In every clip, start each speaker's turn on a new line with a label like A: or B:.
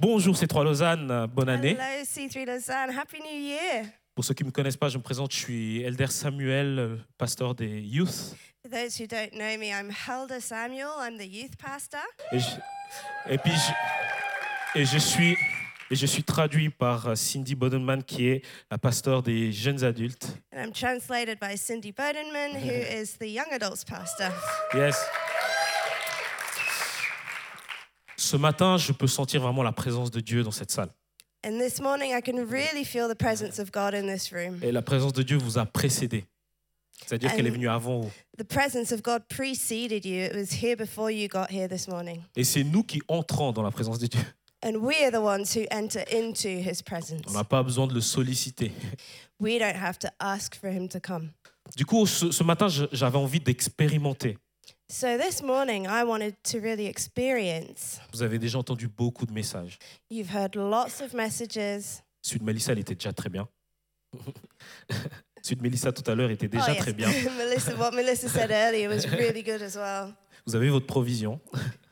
A: Bonjour, c'est Trois Lausanne, bonne année.
B: Hello, C3 Lausanne. Happy New Year.
A: Pour ceux qui ne me connaissent pas, je me présente, je suis Elder Samuel, euh, pasteur des Youth.
B: For those who don't know me, I'm Helder Samuel. I'm the youth pastor.
A: Et, je- et puis, je, et je suis, et je suis traduit par euh, Cindy Bodenman, qui est la pasteur des jeunes adultes.
B: And I'm translated by Cindy Bodenman, who is the young adults pastor.
A: Yes. Ce matin, je peux sentir vraiment la présence de Dieu dans cette salle.
B: And this morning, I can really feel the presence of God in this room.
A: Et la présence de Dieu vous a précédé. C'est-à-dire qu'elle est venue avant vous.
B: The presence of God preceded you, it was here before you got here this morning.
A: Et c'est nous qui entrons dans la présence de Dieu.
B: And we are the ones who enter into his
A: On
B: presence.
A: n'a pas besoin de le solliciter.
B: We don't have to ask for him to come.
A: Du coup, ce, ce matin, je- j'avais envie d'expérimenter.
B: So this morning, I wanted to really experience.
A: Vous avez déjà entendu beaucoup de messages.
B: You've heard lots of messages.
A: Celui de Melissa, elle était déjà très bien. Celui de Melissa tout à l'heure était déjà
B: Oh, yes.
A: très bien.
B: Melissa, what Melissa said earlier was really good as well.
A: Vous avez votre provision.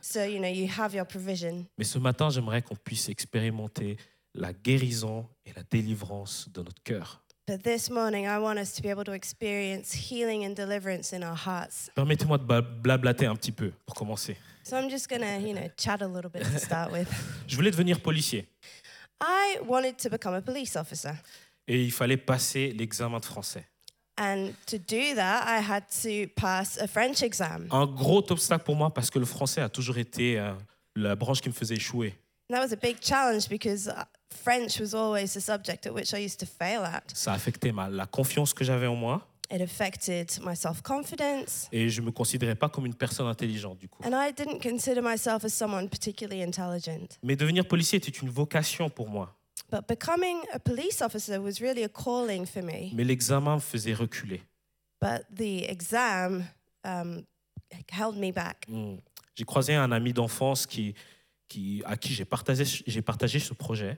B: So, you know, you have your provision.
A: Mais ce matin, j'aimerais qu'on puisse expérimenter la guérison et la délivrance de notre cœur.
B: But this morning, I want us to be able to experience healing and deliverance in our hearts.
A: Permettez-moi de ba- blablater un petit peu pour commencer.
B: So I'm just going to, you know, chat a little bit to start with.
A: Je voulais devenir policier
B: I wanted to become a police officer.
A: et il fallait passer l'examen de français.
B: And to do that, I had to pass a French exam.
A: Un gros obstacle pour moi parce que le français a toujours été euh, la branche qui me faisait échouer.
B: And that was a big challenge because uh, French was always the subject at which I used to fail at.
A: Ça affectait ma, la confiance que j'avais en moi
B: It affected my self confidence.
A: et je ne me considérais pas comme une personne intelligente du coup.
B: And I didn't consider myself as someone particularly intelligent.
A: Mais devenir policier était une vocation pour moi.
B: But becoming a police officer was really a calling for me.
A: Mais l'examen me faisait reculer.
B: But the exam um, held me back.
A: Mm. J'ai croisé un ami d'enfance qui, qui, à qui j'ai partagé, j'ai partagé ce projet.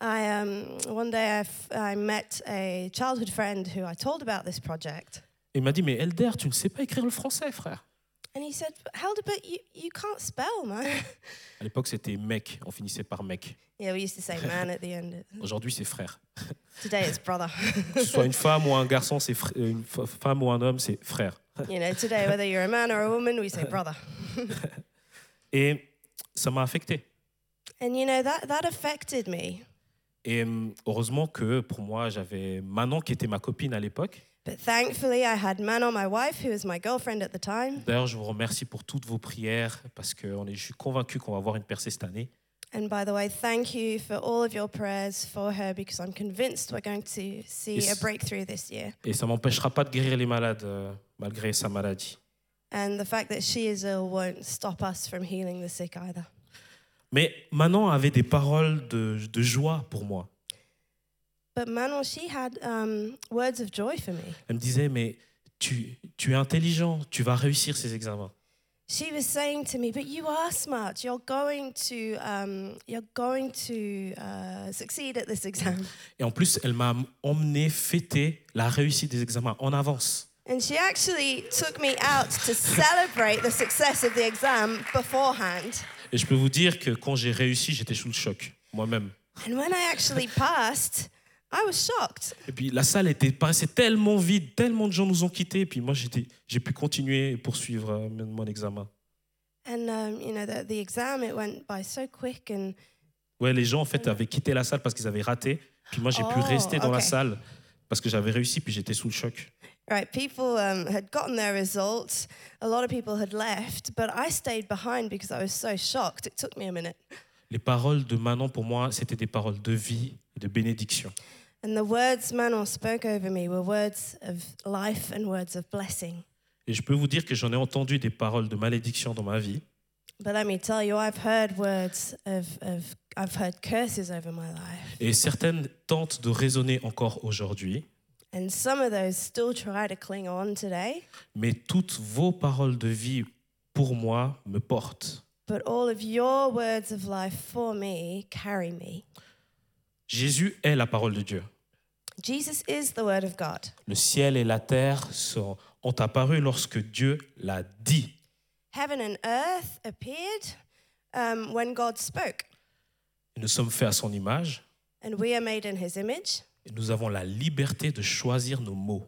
B: I, um, one day I, f- I met a childhood friend who I told about this project.
A: Et il m'a dit, mais Elder, tu ne sais pas écrire le français, frère.
B: And he said, Helder, but you, you can't spell, man.
A: À l'époque, c'était mec, on finissait par mec.
B: yeah, we used to say man at the end.
A: Aujourd'hui, c'est frère.
B: Today it's brother.
A: Que ce soit une femme ou un garçon, c'est fr- euh, une f- femme ou un homme, c'est frère.
B: you know, today, whether you're a man or a woman, we say brother.
A: Et ça m'a affecté.
B: And, you know, that, that affected me.
A: Et hum, heureusement que pour moi, j'avais Manon qui était ma copine à l'époque.
B: But thankfully, I had Manon, my wife, who was my girlfriend at the time.
A: D'ailleurs, je vous remercie pour toutes vos prières parce que on est, je suis convaincu qu'on va avoir une percée cette année.
B: And by the way, thank you for all of your prayers for her because I'm convinced we're going to see
A: Yes.
B: a breakthrough this year.
A: Et ça m'empêchera pas de guérir les malades euh, malgré sa maladie.
B: And the fact that she is ill won't stop us from healing the sick either.
A: Mais Manon avait des paroles de, de joie pour moi.
B: But Manon, she had um, words of joy for me.
A: Elle me disait, mais tu, tu es intelligent, tu vas réussir ces examens.
B: She was saying to me, "But you are smart. You're going to um, you're going to uh, succeed at this exam."
A: Et en plus, elle m'a emmené fêter la réussite des examens en avance.
B: And she actually took me out to celebrate the success of the exam beforehand.
A: Et je peux vous dire que quand j'ai réussi, j'étais sous le choc, moi-même.
B: And when I actually passed, I was shocked.
A: Et puis la salle était, paraissait tellement vide, tellement de gens nous ont quittés. Et puis moi, j'étais- j'ai pu continuer et poursuivre euh, mon mon examen.
B: And um, you know, the, the exam it went by so quick, and
A: Ouais, les gens, en fait, avaient quitté la salle parce qu'ils avaient raté. Puis moi, j'ai pu
B: Oh,
A: rester dans la
B: ok.
A: salle parce que j'avais réussi, puis j'étais sous le choc.
B: right, people um, had gotten their results. A lot of people had left, but I stayed behind because I was so shocked. It took me a minute.
A: Les paroles de Manon, pour moi, c'était des paroles de vie et de bénédiction.
B: And the words Manon spoke over me were words of life and words of blessing.
A: Et je peux vous dire que j'en ai entendu des paroles de malédiction dans ma vie.
B: But let me tell you, I've heard words of, of I've heard curses over my life.
A: Et certaines tentent de résonner encore aujourd'hui.
B: And some of those still try to cling on today,
A: Mais toutes vos paroles de vie, pour moi, me portent.
B: but all of your words of life for me carry me.
A: Jésus est la parole de Dieu.
B: Jesus is the word of God.
A: Le ciel et la terre sont, ont apparu lorsque Dieu l'a dit.
B: Heaven and earth appeared um, when God spoke.
A: Et nous sommes faits à son image
B: and we are made in his image,
A: et nous avons la liberté de choisir nos mots.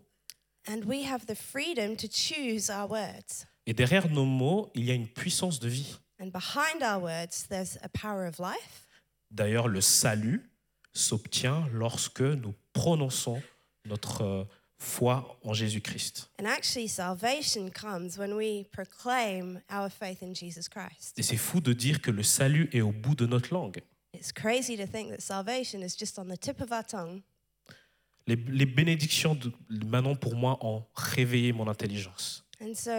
B: and we have the freedom to choose our words.
A: Et derrière nos mots, il y a une puissance de vie.
B: And behind our words, there's a power of life.
A: D'ailleurs, le salut s'obtient lorsque nous prononçons notre euh, foi en Jésus-Christ.
B: And actually, salvation comes when we proclaim our faith in Jesus Christ.
A: Et c'est fou de dire que le salut est au bout de notre langue.
B: It's crazy to think that salvation is just on the tip of our tongue.
A: Les, les bénédictions de Manon pour moi ont réveillé mon intelligence.
B: And so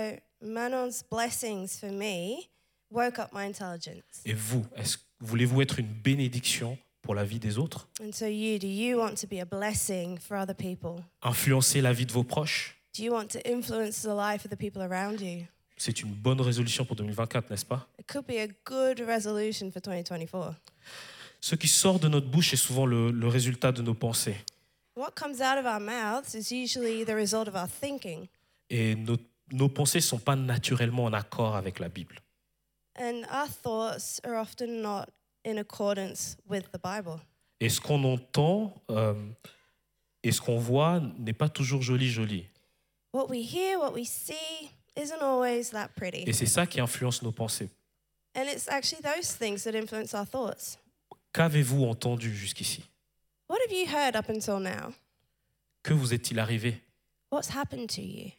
B: Manon's blessings for me woke up my intelligence.
A: Et vous, est-ce- voulez-vous être une bénédiction pour la vie des autres
B: And so you, do you want to be a blessing for other people?
A: Influencer la vie de vos proches
B: Do you want to influence the life of the people around you?
A: C'est une bonne résolution pour 2024, n'est-ce pas
B: It could be a good resolution for 2024.
A: Ce qui sort de notre bouche est souvent le- le résultat de nos pensées.
B: What comes out of our mouths is usually the result of our thinking.
A: Et nos, nos pensées ne sont pas naturellement en accord avec la Bible.
B: And our thoughts are often not in accordance with the Bible.
A: Et ce qu'on entend euh, et ce qu'on voit n'est pas toujours joli, joli.
B: What we hear, what we see, isn't always that
A: Et
B: pretty.
A: c'est ça qui influence nos pensées.
B: And it's actually those things that influence our thoughts.
A: Qu'avez-vous entendu jusqu'ici
B: What have you heard up until now?
A: Que vous est-il arrivé
B: What's happened to you?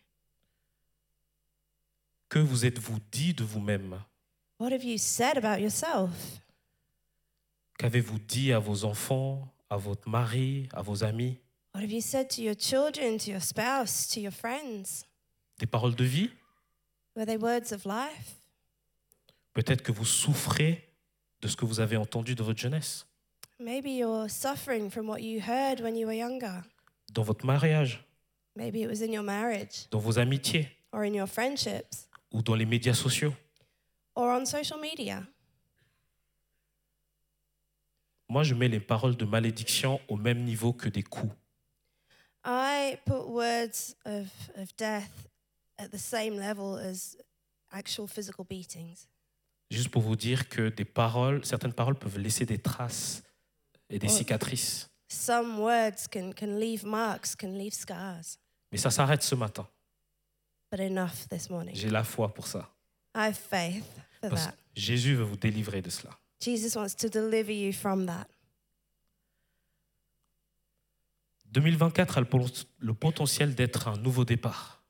A: Que vous êtes-vous dit de vous-même
B: What have you said about yourself?
A: Qu'avez-vous dit à vos enfants, à votre mari, à vos amis
B: What have you said to your children, to your spouse, to your friends?
A: Des paroles de vie
B: Were they words of life?
A: Peut-être que vous souffrez de ce que vous avez entendu de votre jeunesse,
B: Maybe you're suffering from what you heard when you were younger.
A: dans votre mariage,
B: Maybe it was in your marriage
A: dans vos amitiés
B: or in your friendships
A: ou dans les médias sociaux.
B: or on social media.
A: Moi, je mets les paroles de malédiction au même niveau que des coups.
B: I put words of, of death at the same level as actual physical beatings.
A: Juste pour vous dire que des paroles, certaines paroles peuvent laisser des traces et des
B: Ouais.
A: cicatrices.
B: Some words can, can leave marks, can leave scars.
A: Mais ça s'arrête ce matin.
B: But enough this morning.
A: J'ai la foi pour ça.
B: I have faith for
A: Parce
B: that.
A: que Jésus veut vous délivrer de cela.
B: Jesus wants to deliver you from that.
A: 2024 a le pon- le potentiel d'être un nouveau départ.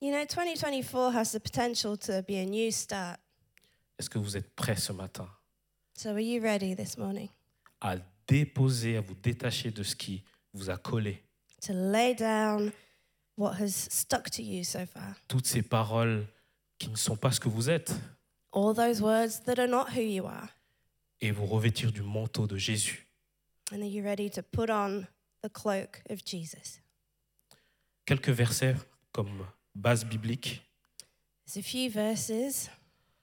B: You know, 2024 has the potential to be a new start.
A: Est-ce que vous êtes prêt ce matin
B: So, are you ready this morning
A: à déposer, à vous détacher de ce qui vous a collé
B: to lay down what has stuck to you so far?
A: Toutes ces paroles qui ne sont pas ce que vous êtes
B: All those words that are not who you are.
A: et vous revêtir du manteau de Jésus
B: And are you ready to put on the cloak of Jesus?
A: quelques versets comme base biblique.
B: There's a few verses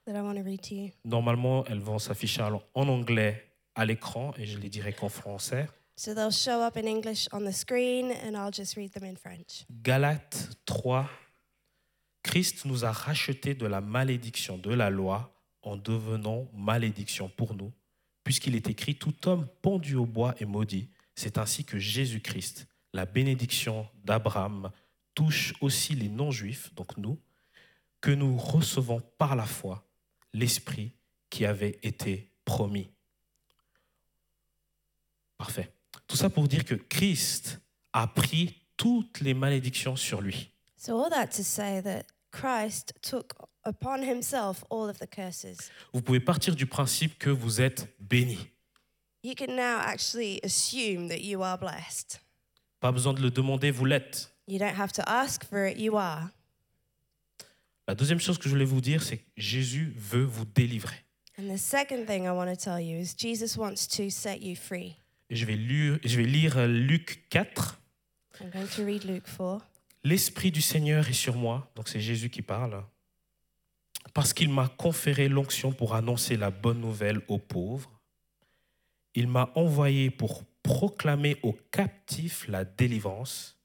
B: that I want to read to you.
A: Normalement, elles vont s'afficher alors en anglais à l'écran et je les dirai qu'en français.
B: So, they'll show up in English on the screen, and I'll just read them in French.
A: Galates 3. Christ nous a rachetés de la malédiction de la loi en devenant malédiction pour nous, puisqu'il est écrit Tout homme pendu au bois est maudit. C'est ainsi que Jésus-Christ, la bénédiction d'Abraham, touche aussi les non-juifs, donc nous, que nous recevons par la foi l'Esprit qui avait été promis. Parfait. Tout ça pour dire que Christ a pris toutes les malédictions sur lui.
B: So, all that to say that Christ took upon himself all of the curses.
A: Vous pouvez partir du principe que vous êtes béni.
B: You can now actually assume that you are blessed.
A: Pas besoin de le demander, vous l'êtes.
B: You don't have to ask for it, you are.
A: La deuxième chose que je voulais vous dire, c'est que Jésus veut vous délivrer.
B: And the second thing I want to tell you is Jesus wants to set you free.
A: Et je vais lire, je vais lire euh, Luc 4.
B: I'm going to read Luke 4.
A: L'Esprit du Seigneur est sur moi, donc c'est Jésus qui parle, parce qu'il m'a conféré l'onction pour annoncer la bonne nouvelle aux pauvres. Il m'a envoyé pour proclamer aux captifs la délivrance,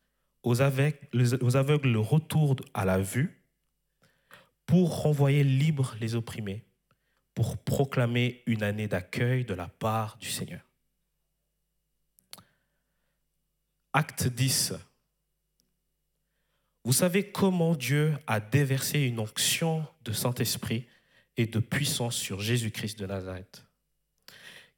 A: aux aveugles, aux aveugles le retour à la vue, pour renvoyer libres les opprimés, pour proclamer une année d'accueil de la part du Seigneur. Acte 10. Vous savez comment Dieu a déversé une onction de Saint-Esprit et de puissance sur Jésus-Christ de Nazareth,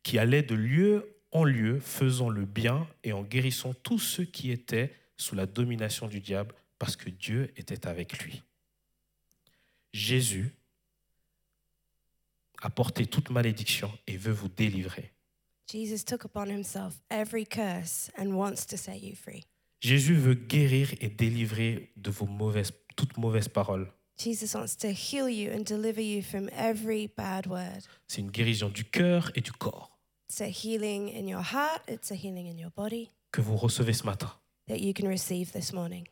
A: qui allait de lieu en lieu, faisant le bien et en guérissant tous ceux qui étaient sous la domination du diable, parce que Dieu était avec lui. Jésus a porté toute malédiction et veut vous délivrer.
B: Jesus took upon himself every curse and wants to set you free.
A: Jésus veut guérir et délivrer de vos mauvaises, toutes mauvaises paroles.
B: Jesus wants to heal you and deliver you from every bad word.
A: C'est une guérison du cœur et du corps
B: It's a healing in your heart, it's a healing in your body
A: que vous recevez ce matin,
B: that you can receive this morning,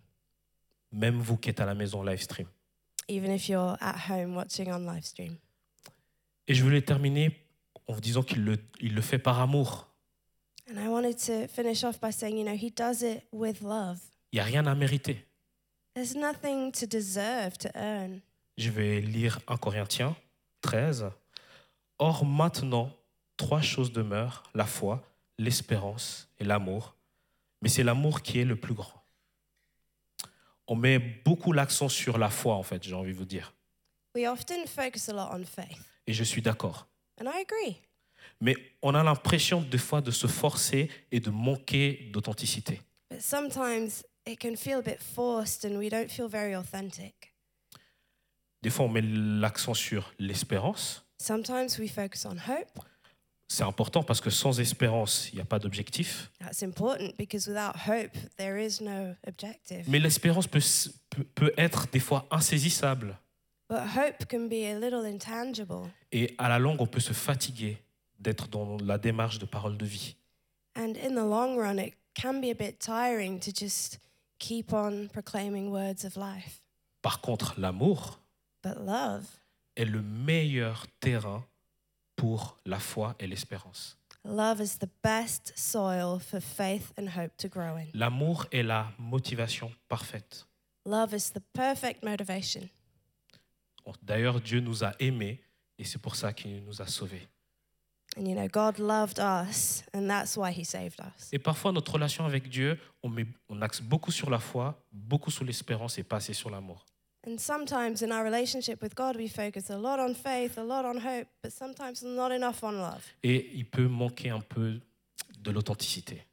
A: même vous qui êtes à la maison live stream.
B: even if you're at home watching on live stream.
A: Et je voulais terminer en vous disant qu'il le, il le fait par amour.
B: And I wanted to finish off by saying, you know, he does it with love.
A: Il n'y a rien à mériter.
B: There's nothing to deserve, to earn.
A: Je vais lire 1 Corinthiens 13. Or maintenant, trois choses demeurent, la foi, l'espérance et l'amour. Mais c'est l'amour qui est le plus grand. On met beaucoup l'accent sur la foi, en fait, j'ai envie de vous dire.
B: We often focus a lot on faith,
A: Et je suis d'accord.
B: and I agree.
A: Mais on a l'impression des fois de se forcer et de manquer d'authenticité.
B: But sometimes it can feel a bit forced and we don't feel very authentic.
A: Des fois, on met l'accent sur l'espérance.
B: Sometimes we focus on hope.
A: C'est important parce que sans espérance, il n'y a pas d'objectif.
B: That's important because without hope, there is no objective.
A: Mais l'espérance peut, s- peut- peut être des fois insaisissable.
B: But hope can be a little intangible.
A: Et à la longue, on peut se fatiguer d'être dans la démarche de parole de vie.
B: And in the long run, it can be a bit tiring to just keep on proclaiming words of life.
A: Par contre, l'amour
B: But love,
A: est le meilleur terrain pour la foi et l'espérance.
B: love is the best soil for faith and hope to grow in.
A: L'amour est la motivation parfaite.
B: Love is the perfect motivation.
A: D'ailleurs, Dieu nous a aimés et c'est pour ça qu'il nous a sauvés.
B: And you know, God loved us, and that's why He saved us.
A: Et parfois, notre relation avec Dieu, on, met- on axe beaucoup sur la foi, beaucoup sur l'espérance et pas assez sur l'amour.
B: And sometimes in our relationship with God, we focus a lot on faith, a lot on hope, but sometimes not enough on love.
A: Et il peut manquer un peu de l'authenticité.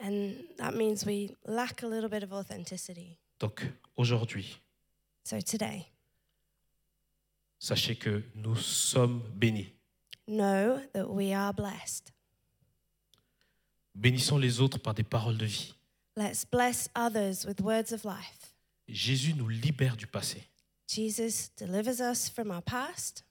B: And that means we lack a little bit of authenticity.
A: Donc, aujourd'hui,
B: So today,
A: sachez que nous sommes bénis.
B: know that we are blessed.
A: Bénissons les autres par des paroles de vie.
B: Let's bless others with words of life.
A: Jésus nous libère du passé.
B: Jesus delivers us from our past,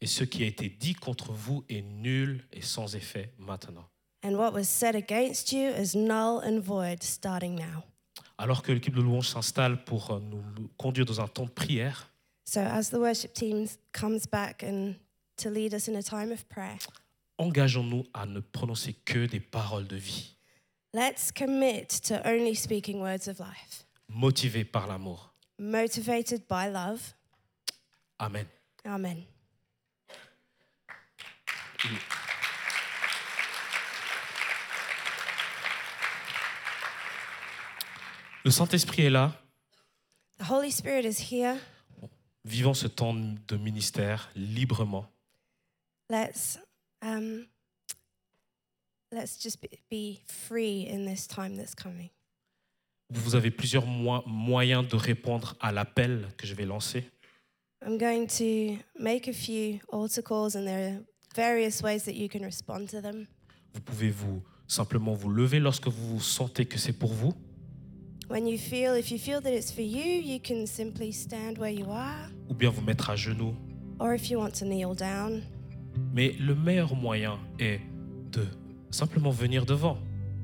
A: Et ce qui a été dit contre vous est nul et sans effet maintenant.
B: and what was said against you is null and void starting now.
A: Alors que l'équipe de louange s'installe pour euh, nous conduire dans un temps de prière,
B: So as the worship team comes back and to lead us in a time of prayer,
A: engageons-nous à ne prononcer que des paroles de vie,
B: let's commit to only speaking words of life,
A: motivées par l'amour.
B: motivated by love.
A: Amen.
B: Amen.
A: Le Saint-Esprit est là.
B: The Holy Spirit is here.
A: Vivons ce temps de ministère librement.
B: Let's um, let's just be, be free in this time that's coming.
A: Vous avez plusieurs mois- moyens de répondre à l'appel que je vais lancer.
B: I'm going to make a few altar calls, and there are various ways that you can respond to them.
A: Vous pouvez vous simplement vous lever lorsque vous sentez que c'est pour vous.
B: When you feel, if you feel that it's for you, you can simply stand where you are,
A: ou bien vous mettre à genoux.
B: or if you want to kneel down.
A: Mais le meilleur moyen est de simplement venir devant.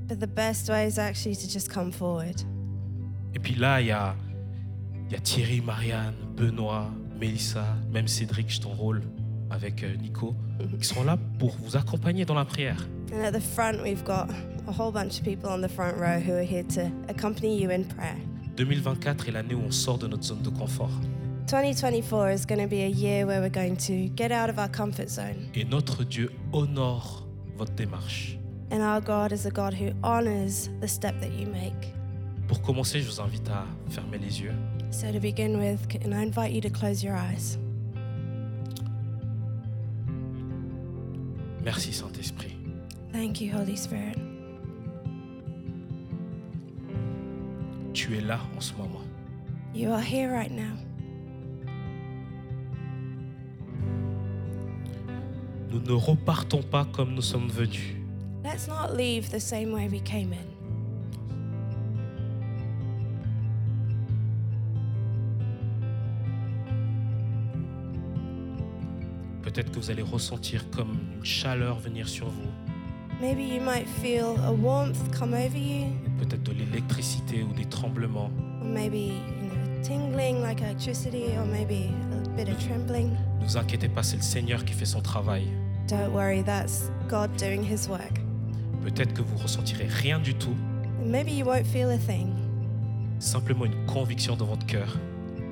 B: But the best way is actually to just come forward.
A: Et puis là, il y a, il y a Thierry, Marianne, Benoît, Mélissa, même Cédric, je t'enrôle avec euh, Nico, qui seront là pour vous accompagner dans la prière.
B: And at the front, we've got a whole bunch of people on the front row who are here to accompany you in prayer.
A: 2024 est l'année où on sort de notre zone de confort.
B: 2024 is going to be a year where we're going to get out of our comfort zone.
A: Et notre Dieu honore votre démarche.
B: And our God is a God who honors the step that you make.
A: Pour commencer, je vous invite à fermer les yeux.
B: So, to begin with, can I invite you to close your eyes?
A: Merci Saint-Esprit.
B: Thank you, Holy Spirit.
A: Tu es là en ce moment.
B: You are here right now.
A: Nous ne repartons pas comme nous sommes venus.
B: Let's not leave the same way we came in.
A: Peut-être que vous allez ressentir comme une chaleur venir sur vous,
B: Maybe you might feel a warmth come over you,
A: ou peut-être de l'électricité ou des tremblements.
B: or maybe you know, tingling like electricity, or maybe a bit of trembling.
A: Ne vous inquiétez pas, c'est le Seigneur qui fait son travail.
B: Don't worry, that's God doing His work.
A: Peut-être que vous ressentirez rien du tout,
B: And maybe you won't feel a thing,
A: simplement une conviction dans votre cœur.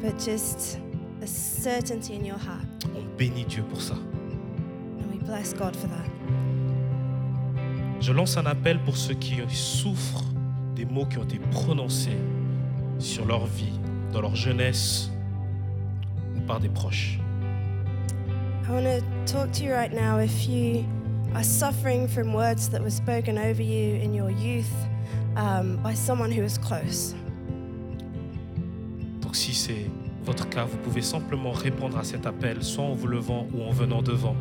B: but just a certainty in your heart.
A: On bénit Dieu pour ça.
B: And we bless God for that.
A: Je lance un appel pour ceux qui souffrent des mots qui ont été prononcés sur leur vie, dans leur jeunesse ou par des proches.
B: I want to talk to you right now if you are suffering from words that were spoken over you in your youth um, by someone who is close.
A: Donc si c'est votre cas, vous pouvez simplement répondre à cet appel, soit en vous levant ou en venant devant.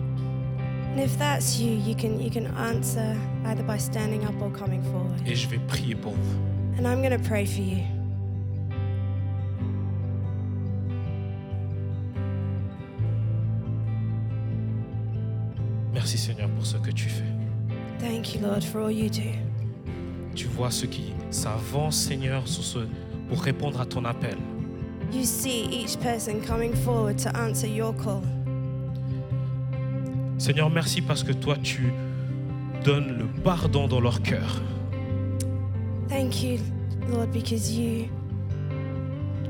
B: And if that's you, you can you can answer either by standing up or coming forward.
A: Et je vais prier pour vous.
B: And I'm going to pray for you.
A: Merci Seigneur pour ce que tu fais.
B: Thank you, Lord, for all you do.
A: Tu vois ceux qui s'avancent, Seigneur, sur ce, pour répondre à ton appel.
B: You see each person coming forward to answer your call.
A: Seigneur, merci parce que toi, tu donnes le pardon dans leur cœur.
B: Thank you, Lord, because you.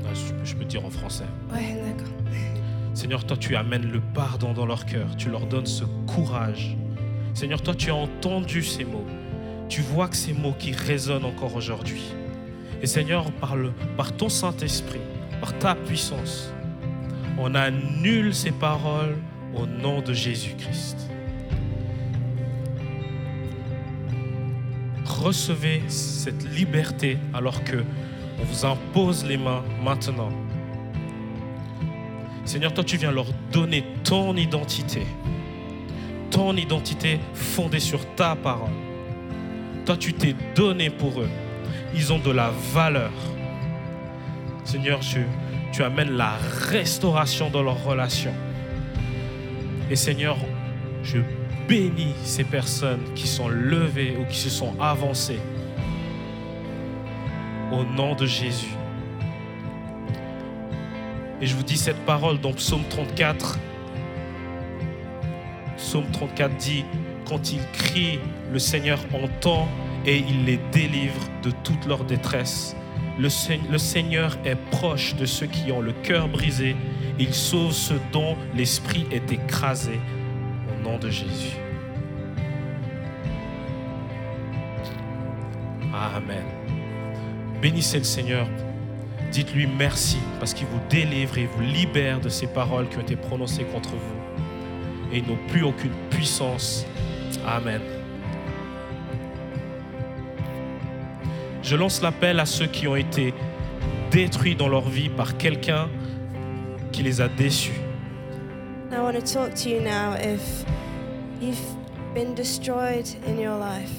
A: Ah, Je peux, je peux dire en français.
B: Oh, and the-
A: Seigneur, toi, tu amènes le pardon dans leur cœur. Tu leur donnes ce courage. Seigneur, toi, tu as entendu ces mots. Tu vois que ces mots qui résonnent encore aujourd'hui. Et Seigneur, par, le- par ton Saint-Esprit, par ta puissance, on annule ces paroles au nom de Jésus-Christ. Recevez cette liberté alors que on vous impose les mains maintenant. Seigneur, toi, tu viens leur donner ton identité. Ton identité fondée sur ta parole. Toi, tu t'es donné pour eux. Ils ont de la valeur. Seigneur, tu, tu amènes la restauration dans leurs relations. Et Seigneur, je bénis ces personnes qui sont levées ou qui se sont avancées. Au nom de Jésus. Et je vous dis cette parole dans Psaume 34. Psaume 34 dit, quand ils crient, le Seigneur entend et il les délivre de toute leur détresse. Le, Seigne- le Seigneur est proche de ceux qui ont le cœur brisé. Il sauve ceux dont l'esprit est écrasé. Au nom de Jésus. Amen. Bénissez le Seigneur. Dites-lui merci parce qu'il vous délivre et vous libère de ces paroles qui ont été prononcées contre vous. Et ils n'ont plus aucune puissance. Amen. Je lance l'appel à ceux qui ont été détruits dans leur vie par quelqu'un qui les a déçus.
B: I want to talk to you now if you've been destroyed in your life.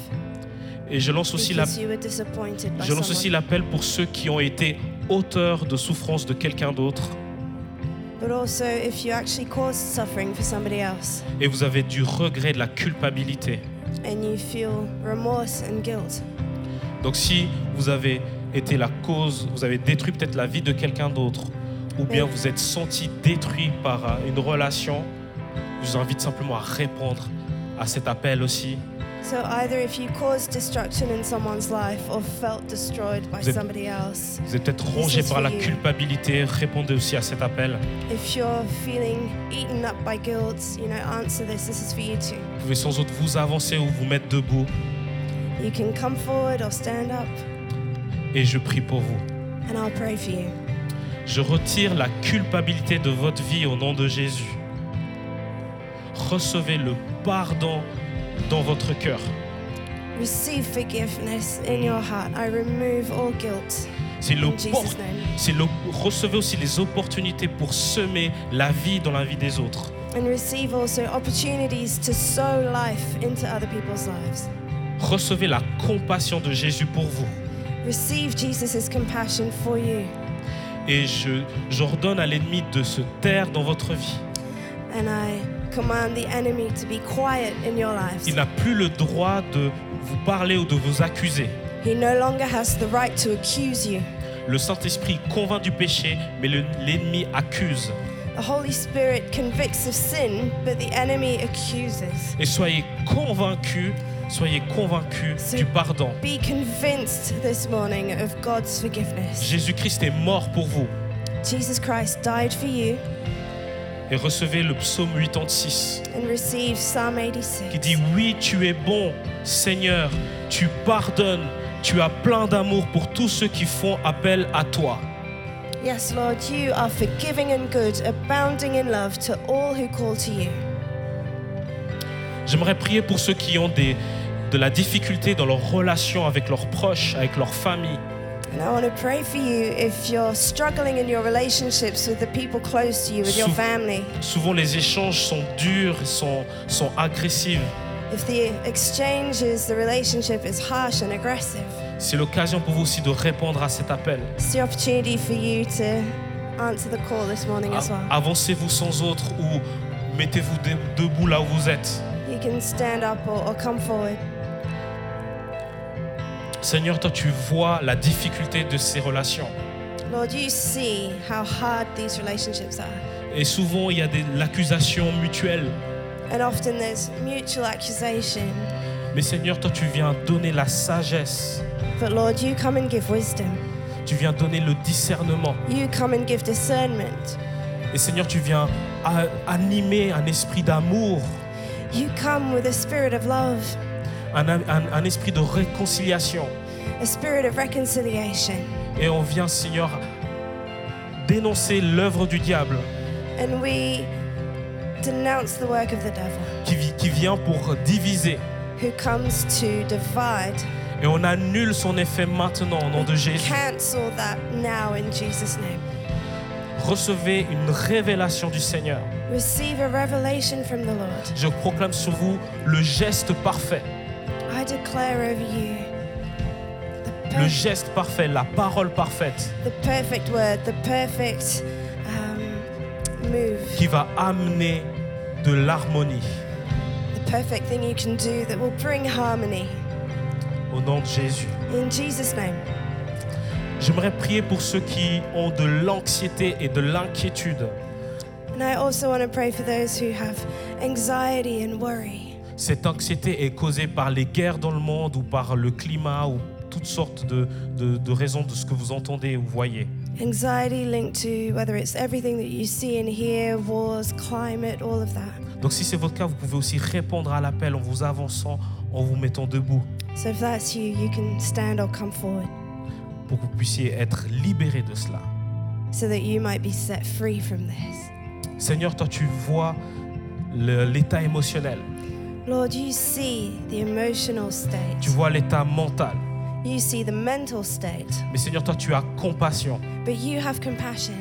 A: Et je lance aussi la-
B: Because you were disappointed by
A: je lance aussi
B: someone,
A: l'appel pour ceux qui ont été auteurs de souffrance de quelqu'un d'autre
B: But also if you actually caused suffering for somebody else
A: et vous avez du regret, de la culpabilité.
B: and you feel remorse and guilt.
A: Donc si vous avez été la cause, vous avez détruit peut-être la vie de quelqu'un d'autre, ou bien
B: Oui.
A: vous êtes senti détruit par euh, une relation, je vous invite simplement à répondre à cet appel aussi
B: So, either if you caused destruction in someone's life or felt destroyed by
A: Vous êtes-
B: somebody else,
A: Vous êtes peut-être
B: This
A: rongé
B: is
A: par la
B: for you.
A: culpabilité. Répondez aussi à cet appel.
B: if you're feeling eaten up by guilt, you know, answer this. This is for you too.
A: Vous pouvez sans doute vous avancer ou vous mettre debout.
B: You can come forward or stand up,
A: Et je prie pour vous.
B: and I'll pray for you.
A: Je retire la culpabilité de votre vie au nom de Jésus. Recevez le pardon dans votre cœur.
B: Receive forgiveness in your heart. I remove all guilt
A: C'est
B: in
A: l'oppor-
B: Jesus' name.
A: c'est l'op- recevez aussi les opportunités pour semer la vie dans la vie des autres.
B: And receive also opportunities to sow life into other people's lives.
A: Recevez la compassion de Jésus pour vous.
B: Receive Jesus' compassion for you.
A: Et je j'ordonne à l'ennemi de se taire dans votre vie.
B: And I command the enemy to be quiet in your lives.
A: Il n'a plus le droit de vous parler ou de vous accuser.
B: He no longer has the right to accuse you.
A: Le Saint-Esprit convainc du péché, mais le- l'ennemi accuse.
B: The Holy Spirit convicts of sin, but the enemy accuses.
A: Et soyez convaincus, soyez convaincus
B: C'est-
A: du pardon.
B: Be convinced this morning of God's forgiveness.
A: Jésus-Christ est mort pour vous.
B: Jesus Christ died for you
A: Et recevez le psaume 86
B: and receive Psalm
A: qui
B: 86.
A: dit Oui, tu es bon, Seigneur, tu pardonnes, tu as plein d'amour pour tous ceux qui font appel à toi.
B: Yes, Lord, you are forgiving and good, abounding in love to all who call to you.
A: J'aimerais prier pour ceux qui ont des, de la difficulté dans leur relation avec leurs proches, avec leur famille.
B: And I want to pray for you if you're struggling in your relationships with the people close to you, with your
A: Sou-
B: family,
A: Souvent, les échanges sont durs, sont, sont agressifs.
B: if the exchange is, the relationship is harsh and aggressive.
A: C'est l'occasion pour vous aussi de répondre à cet appel.
B: It's the opportunity for you to answer the call this morning as
A: Av-
B: well.
A: Avancez-vous sans autre ou mettez-vous de- debout là où vous êtes.
B: You can stand up or, or come forward.
A: Seigneur, toi, tu vois la difficulté de ces relations.
B: Lord, you see how hard these relationships are.
A: Et souvent, il y a des- l'accusation mutuelle.
B: And often there's mutual accusation.
A: Mais Seigneur, toi, tu viens donner la sagesse.
B: But Lord, you come and give wisdom.
A: Tu viens donner le discernement.
B: You come and give discernment.
A: Et Seigneur, tu viens a- animer un esprit d'amour,
B: You come with a spirit of love,
A: un, am- un- un esprit de réconciliation.
B: a spirit of reconciliation.
A: Et on vient, Seigneur, dénoncer l'œuvre du diable
B: And we denounce the work of the devil
A: qui vi- qui vient pour diviser.
B: who comes to divide.
A: Et on annule son effet maintenant au nom de Jésus.
B: Cancel that now in Jesus' name.
A: Recevez une révélation du Seigneur.
B: Receive a revelation from the Lord.
A: Je proclame sur vous le geste parfait,
B: I declare over you the,
A: le
B: per-
A: geste parfait, la parole parfaite
B: the perfect word, the perfect um, move,
A: qui va amener de l'harmonie.
B: the perfect thing you can do that will bring harmony.
A: Au nom de Jésus.
B: In Jesus' name,
A: J'aimerais prier pour ceux qui ont de l'anxiété et de l'inquiétude.
B: and I also want to pray for those who have anxiety and worry.
A: Cette anxiété est causée par les guerres dans le monde ou par le climat ou toutes sortes de, de- de raisons de ce que vous entendez ou voyez.
B: Anxiety linked to whether it's everything that you see and hear, wars, climate, all of that.
A: Donc si c'est votre cas, vous pouvez aussi répondre à l'appel en vous avançant, en vous mettant debout,
B: So if that's you, you can stand or come forward
A: pour que vous puissiez être libéré de cela.
B: so that you might be set free from this.
A: Seigneur, toi tu vois le- l'état émotionnel,
B: Lord, you see the emotional state.
A: tu vois l'état mental.
B: You see the mental state,
A: Mais Seigneur, toi tu as compassion.
B: but you have compassion.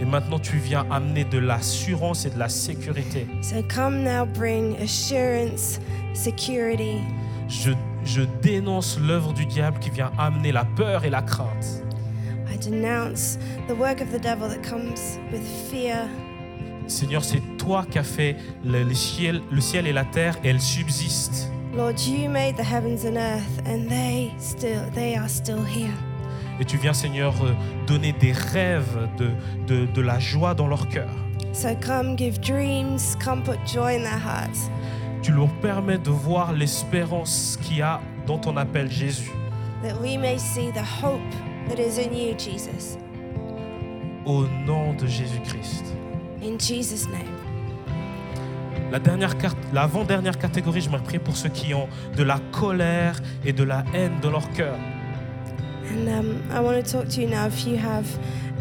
A: Et maintenant tu viens amener de l'assurance et de la sécurité.
B: So come now, bring assurance, security.
A: Je, je dénonce l'œuvre du diable qui vient amener la peur et la crainte.
B: I denounce the work of the devil that comes with fear.
A: Seigneur, c'est toi qui as fait le, le ciel, le ciel et la terre et elles subsistent.
B: Lord, you made the heavens and earth, and they still they are still here.
A: Et tu viens, Seigneur, euh, donner des rêves, de, de, de la joie dans leur cœur.
B: So come give dreams, come put joy in their hearts.
A: Tu leur permets de voir l'espérance qu'il y a dans ton appel Jésus,
B: that we may see the hope that is in you, Jesus.
A: au nom de Jésus-Christ.
B: In Jesus' name.
A: La dernière carte, l'avant-dernière catégorie, je me prie pour ceux qui ont de la colère et de la haine dans leur cœur.
B: And um, I want to talk to you now if you have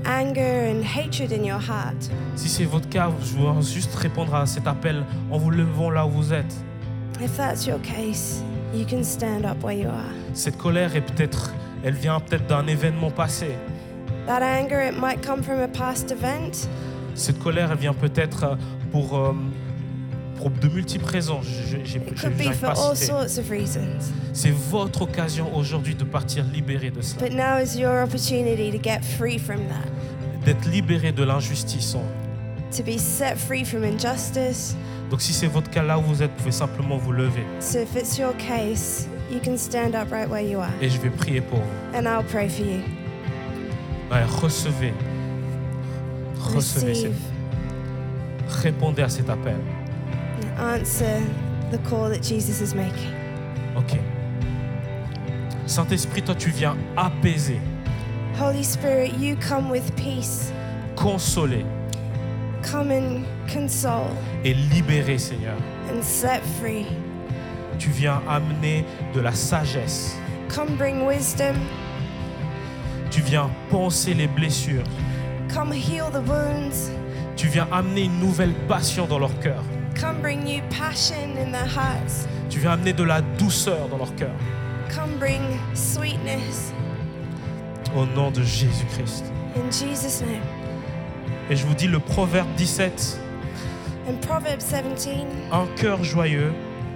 B: anger and hatred in your heart.
A: Si c'est votre cas, je veux juste répondre à cet appel en vous levant là où vous êtes.
B: If that's your case, you can stand up where you are.
A: Cette colère est peut-être, elle vient peut-être d'un événement passé.
B: That anger, it might come from a past event,
A: Cette colère, elle vient peut-être euh, pour, euh, pour de multiples raisons. Je- je- j'ai-
B: it
A: je-
B: could be
A: j'arrive
B: for
A: pas à
B: all
A: citer.
B: sorts of reasons.
A: C'est votre occasion aujourd'hui de partir libéré de cela,
B: But now is your opportunity to get free from that,
A: d'être libéré de l'injustice. hein.
B: to be set free from injustice.
A: Donc si c'est votre cas là où vous êtes, vous pouvez simplement vous lever
B: So if it's your case, you can stand up right where you are,
A: et je vais prier pour vous.
B: and I'll pray for you.
A: Ouais, recevez, recevez,
B: Receive
A: cette- répondez à cet appel.
B: and answer the call that Jesus is making.
A: Ok. Saint-Esprit, toi tu viens apaiser,
B: Holy Spirit, you come with peace.
A: consoler
B: Come and console
A: et libérer, Seigneur.
B: and set free.
A: Tu viens amener de la sagesse.
B: Come bring wisdom.
A: Tu viens penser les blessures.
B: Come heal the wounds.
A: Tu viens amener une nouvelle passion dans leur cœur.
B: Come bring new passion in their hearts.
A: Tu viens amener de la douceur dans leur cœur.
B: Come bring sweetness.
A: Au nom de Jésus-Christ.
B: In Jesus' name.
A: Et je vous dis le proverbe 17,
B: In Proverbs 17,
A: un cœur joyeux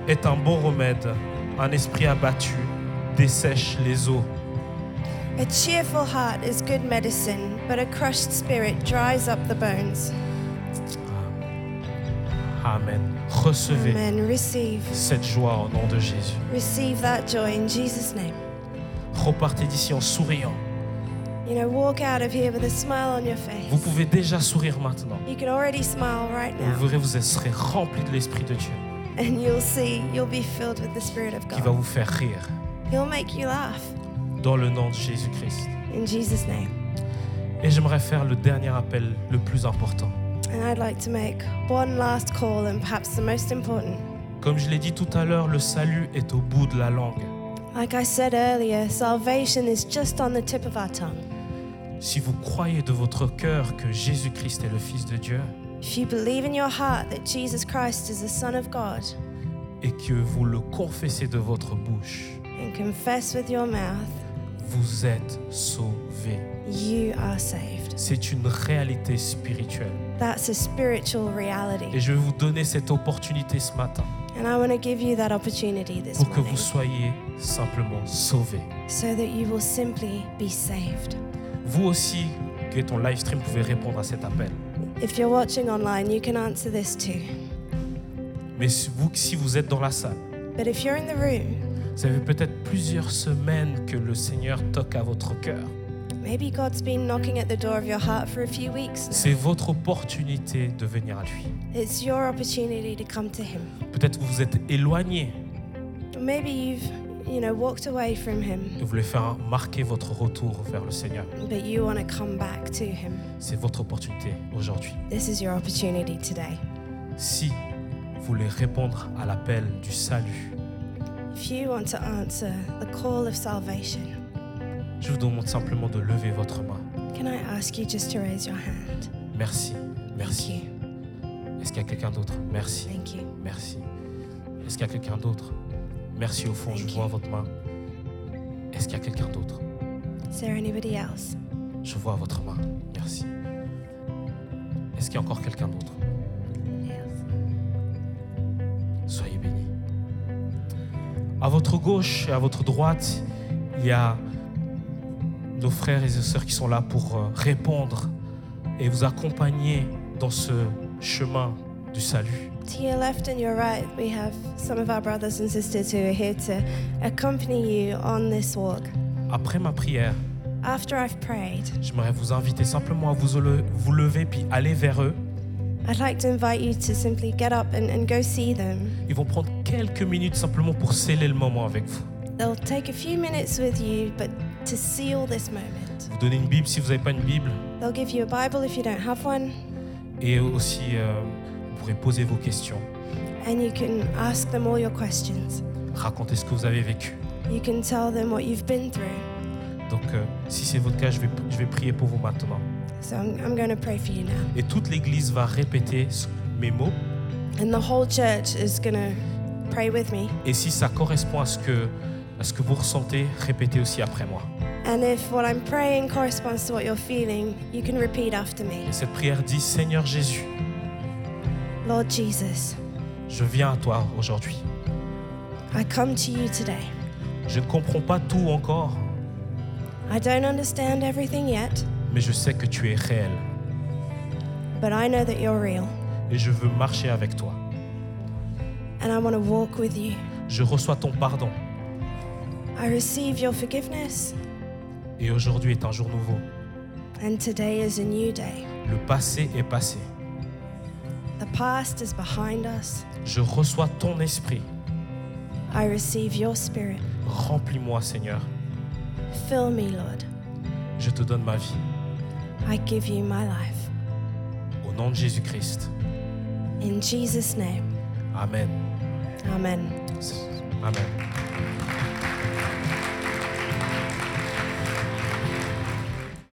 A: est un bon remède. Un esprit abattu dessèche les eaux.
B: a cheerful heart is good medicine, but a crushed spirit dries up the bones.
A: Amen. Recevez
B: Amen. Receive.
A: cette joie au nom de Jésus.
B: Receive that joy in Jesus' name.
A: Repartez d'ici en souriant.
B: You know, walk out of here with a smile on your
A: Vous
B: face.
A: pouvez déjà sourire maintenant.
B: You can already smile right now.
A: Vous verrez, vous serez rempli de l'Esprit de Dieu
B: and you'll see you'll be filled with the Spirit of
A: qui va
B: God.
A: vous faire rire
B: He'll make you laugh
A: dans le nom de Jésus-Christ.
B: in Jesus' name.
A: Et j'aimerais faire le dernier appel, le plus important.
B: And I'd like to make one last call, and perhaps the most important.
A: Comme je l'ai dit tout à l'heure, le salut est au bout de la langue.
B: Like I said earlier, salvation is just on the tip of our tongue.
A: Si vous croyez de votre cœur que Jésus-Christ est le Fils de Dieu
B: If you believe in your heart that Jesus Christ is the Son of God
A: et que vous le confessez de votre bouche,
B: and confess with your mouth,
A: vous êtes sauvé.
B: you are saved.
A: C'est une réalité spirituelle.
B: That's a spiritual
A: Et
B: reality.
A: je vais vous donner cette opportunité ce matin
B: And I want to give you that opportunity this
A: pour que
B: morning
A: vous soyez simplement sauvé.
B: so that you will simply be saved.
A: Vous aussi, qui est ton live stream, pouvez répondre à cet appel.
B: If you're watching online, you can answer this too.
A: Mais si vous, si vous êtes dans la salle,
B: But if you're in the room,
A: ça fait peut-être plusieurs semaines que le Seigneur toque à votre cœur.
B: maybe God's been knocking at the door of your heart for a few weeks now.
A: C'est votre opportunité de venir à lui.
B: It's your opportunity to come to Him.
A: Peut-être que vous êtes éloigné
B: Maybe you've, you know, walked away from Him,
A: et vous voulez faire marquer votre retour vers le Seigneur.
B: but you want to come back to Him.
A: C'est votre opportunité aujourd'hui.
B: This is your opportunity today.
A: Si vous voulez répondre à l'appel du salut,
B: If you want to answer the call of salvation,
A: je vous demande simplement de lever votre main.
B: can I ask you just to raise your hand?
A: Merci,
B: Thank
A: merci.
B: you.
A: Est-ce qu'il y a quelqu'un d'autre Merci.
B: Thank you.
A: Merci. Est-ce qu'il y a quelqu'un d'autre Merci au fond, je
B: Thank
A: vois
B: you.
A: votre main. Est-ce qu'il y a quelqu'un d'autre
B: Is there anybody else?
A: Je vois votre main. Merci. Est-ce qu'il y a encore quelqu'un d'autre Soyez bénis. À votre gauche et à votre droite, il y a nos frères et sœurs qui sont là pour euh, répondre et vous accompagner dans ce chemin du salut.
B: To your left and your right, we have some of our brothers and sisters who are here to accompany you on this walk.
A: Après ma prière,
B: After I've prayed,
A: j'aimerais vous inviter simplement à vous, le- vous lever puis aller vers eux
B: I'd like to invite you to simply get up and, and go see them.
A: Ils vont prendre quelques minutes simplement pour sceller le moment avec vous.
B: They'll take a few minutes with you, but to seal this moment.
A: Vous donnez une Bible si vous n'avez pas une Bible.
B: They'll give you a Bible if you don't have one,
A: Et aussi, euh, vous pourrez poser vos questions,
B: and you can ask them all your questions.
A: raconter ce que vous avez vécu.
B: You can tell them what you've been through.
A: Donc, euh, si c'est votre cas, je vais, je vais prier pour vous maintenant.
B: So I'm, I'm going to pray for you now.
A: Et toute l'Église va répéter ce- mes mots.
B: And the whole church is going to pray with me.
A: Et si ça correspond à ce que, à ce que vous ressentez, répétez aussi après moi.
B: And if what I'm praying corresponds to what you're feeling, you can repeat after me
A: Et cette prière dit, Seigneur Jésus,
B: Lord Jesus,
A: je viens à toi aujourd'hui.
B: I come to you today.
A: Je ne comprends pas tout encore,
B: I don't understand everything yet,
A: mais je sais que tu es réel.
B: but I know that you're real.
A: Et je veux marcher avec toi.
B: And I want to walk with you.
A: Je reçois ton pardon.
B: I receive your forgiveness,
A: Et aujourd'hui est un jour nouveau.
B: and today is a new day.
A: Le passé est passé.
B: The past is behind us.
A: Je reçois ton esprit.
B: I receive your spirit.
A: Remplis-moi, Seigneur.
B: Fill me, Lord.
A: Je te donne ma vie.
B: I give you my life.
A: Au nom de Jésus-Christ.
B: In Jesus' name,
A: Amen.
B: amen.
A: Amen.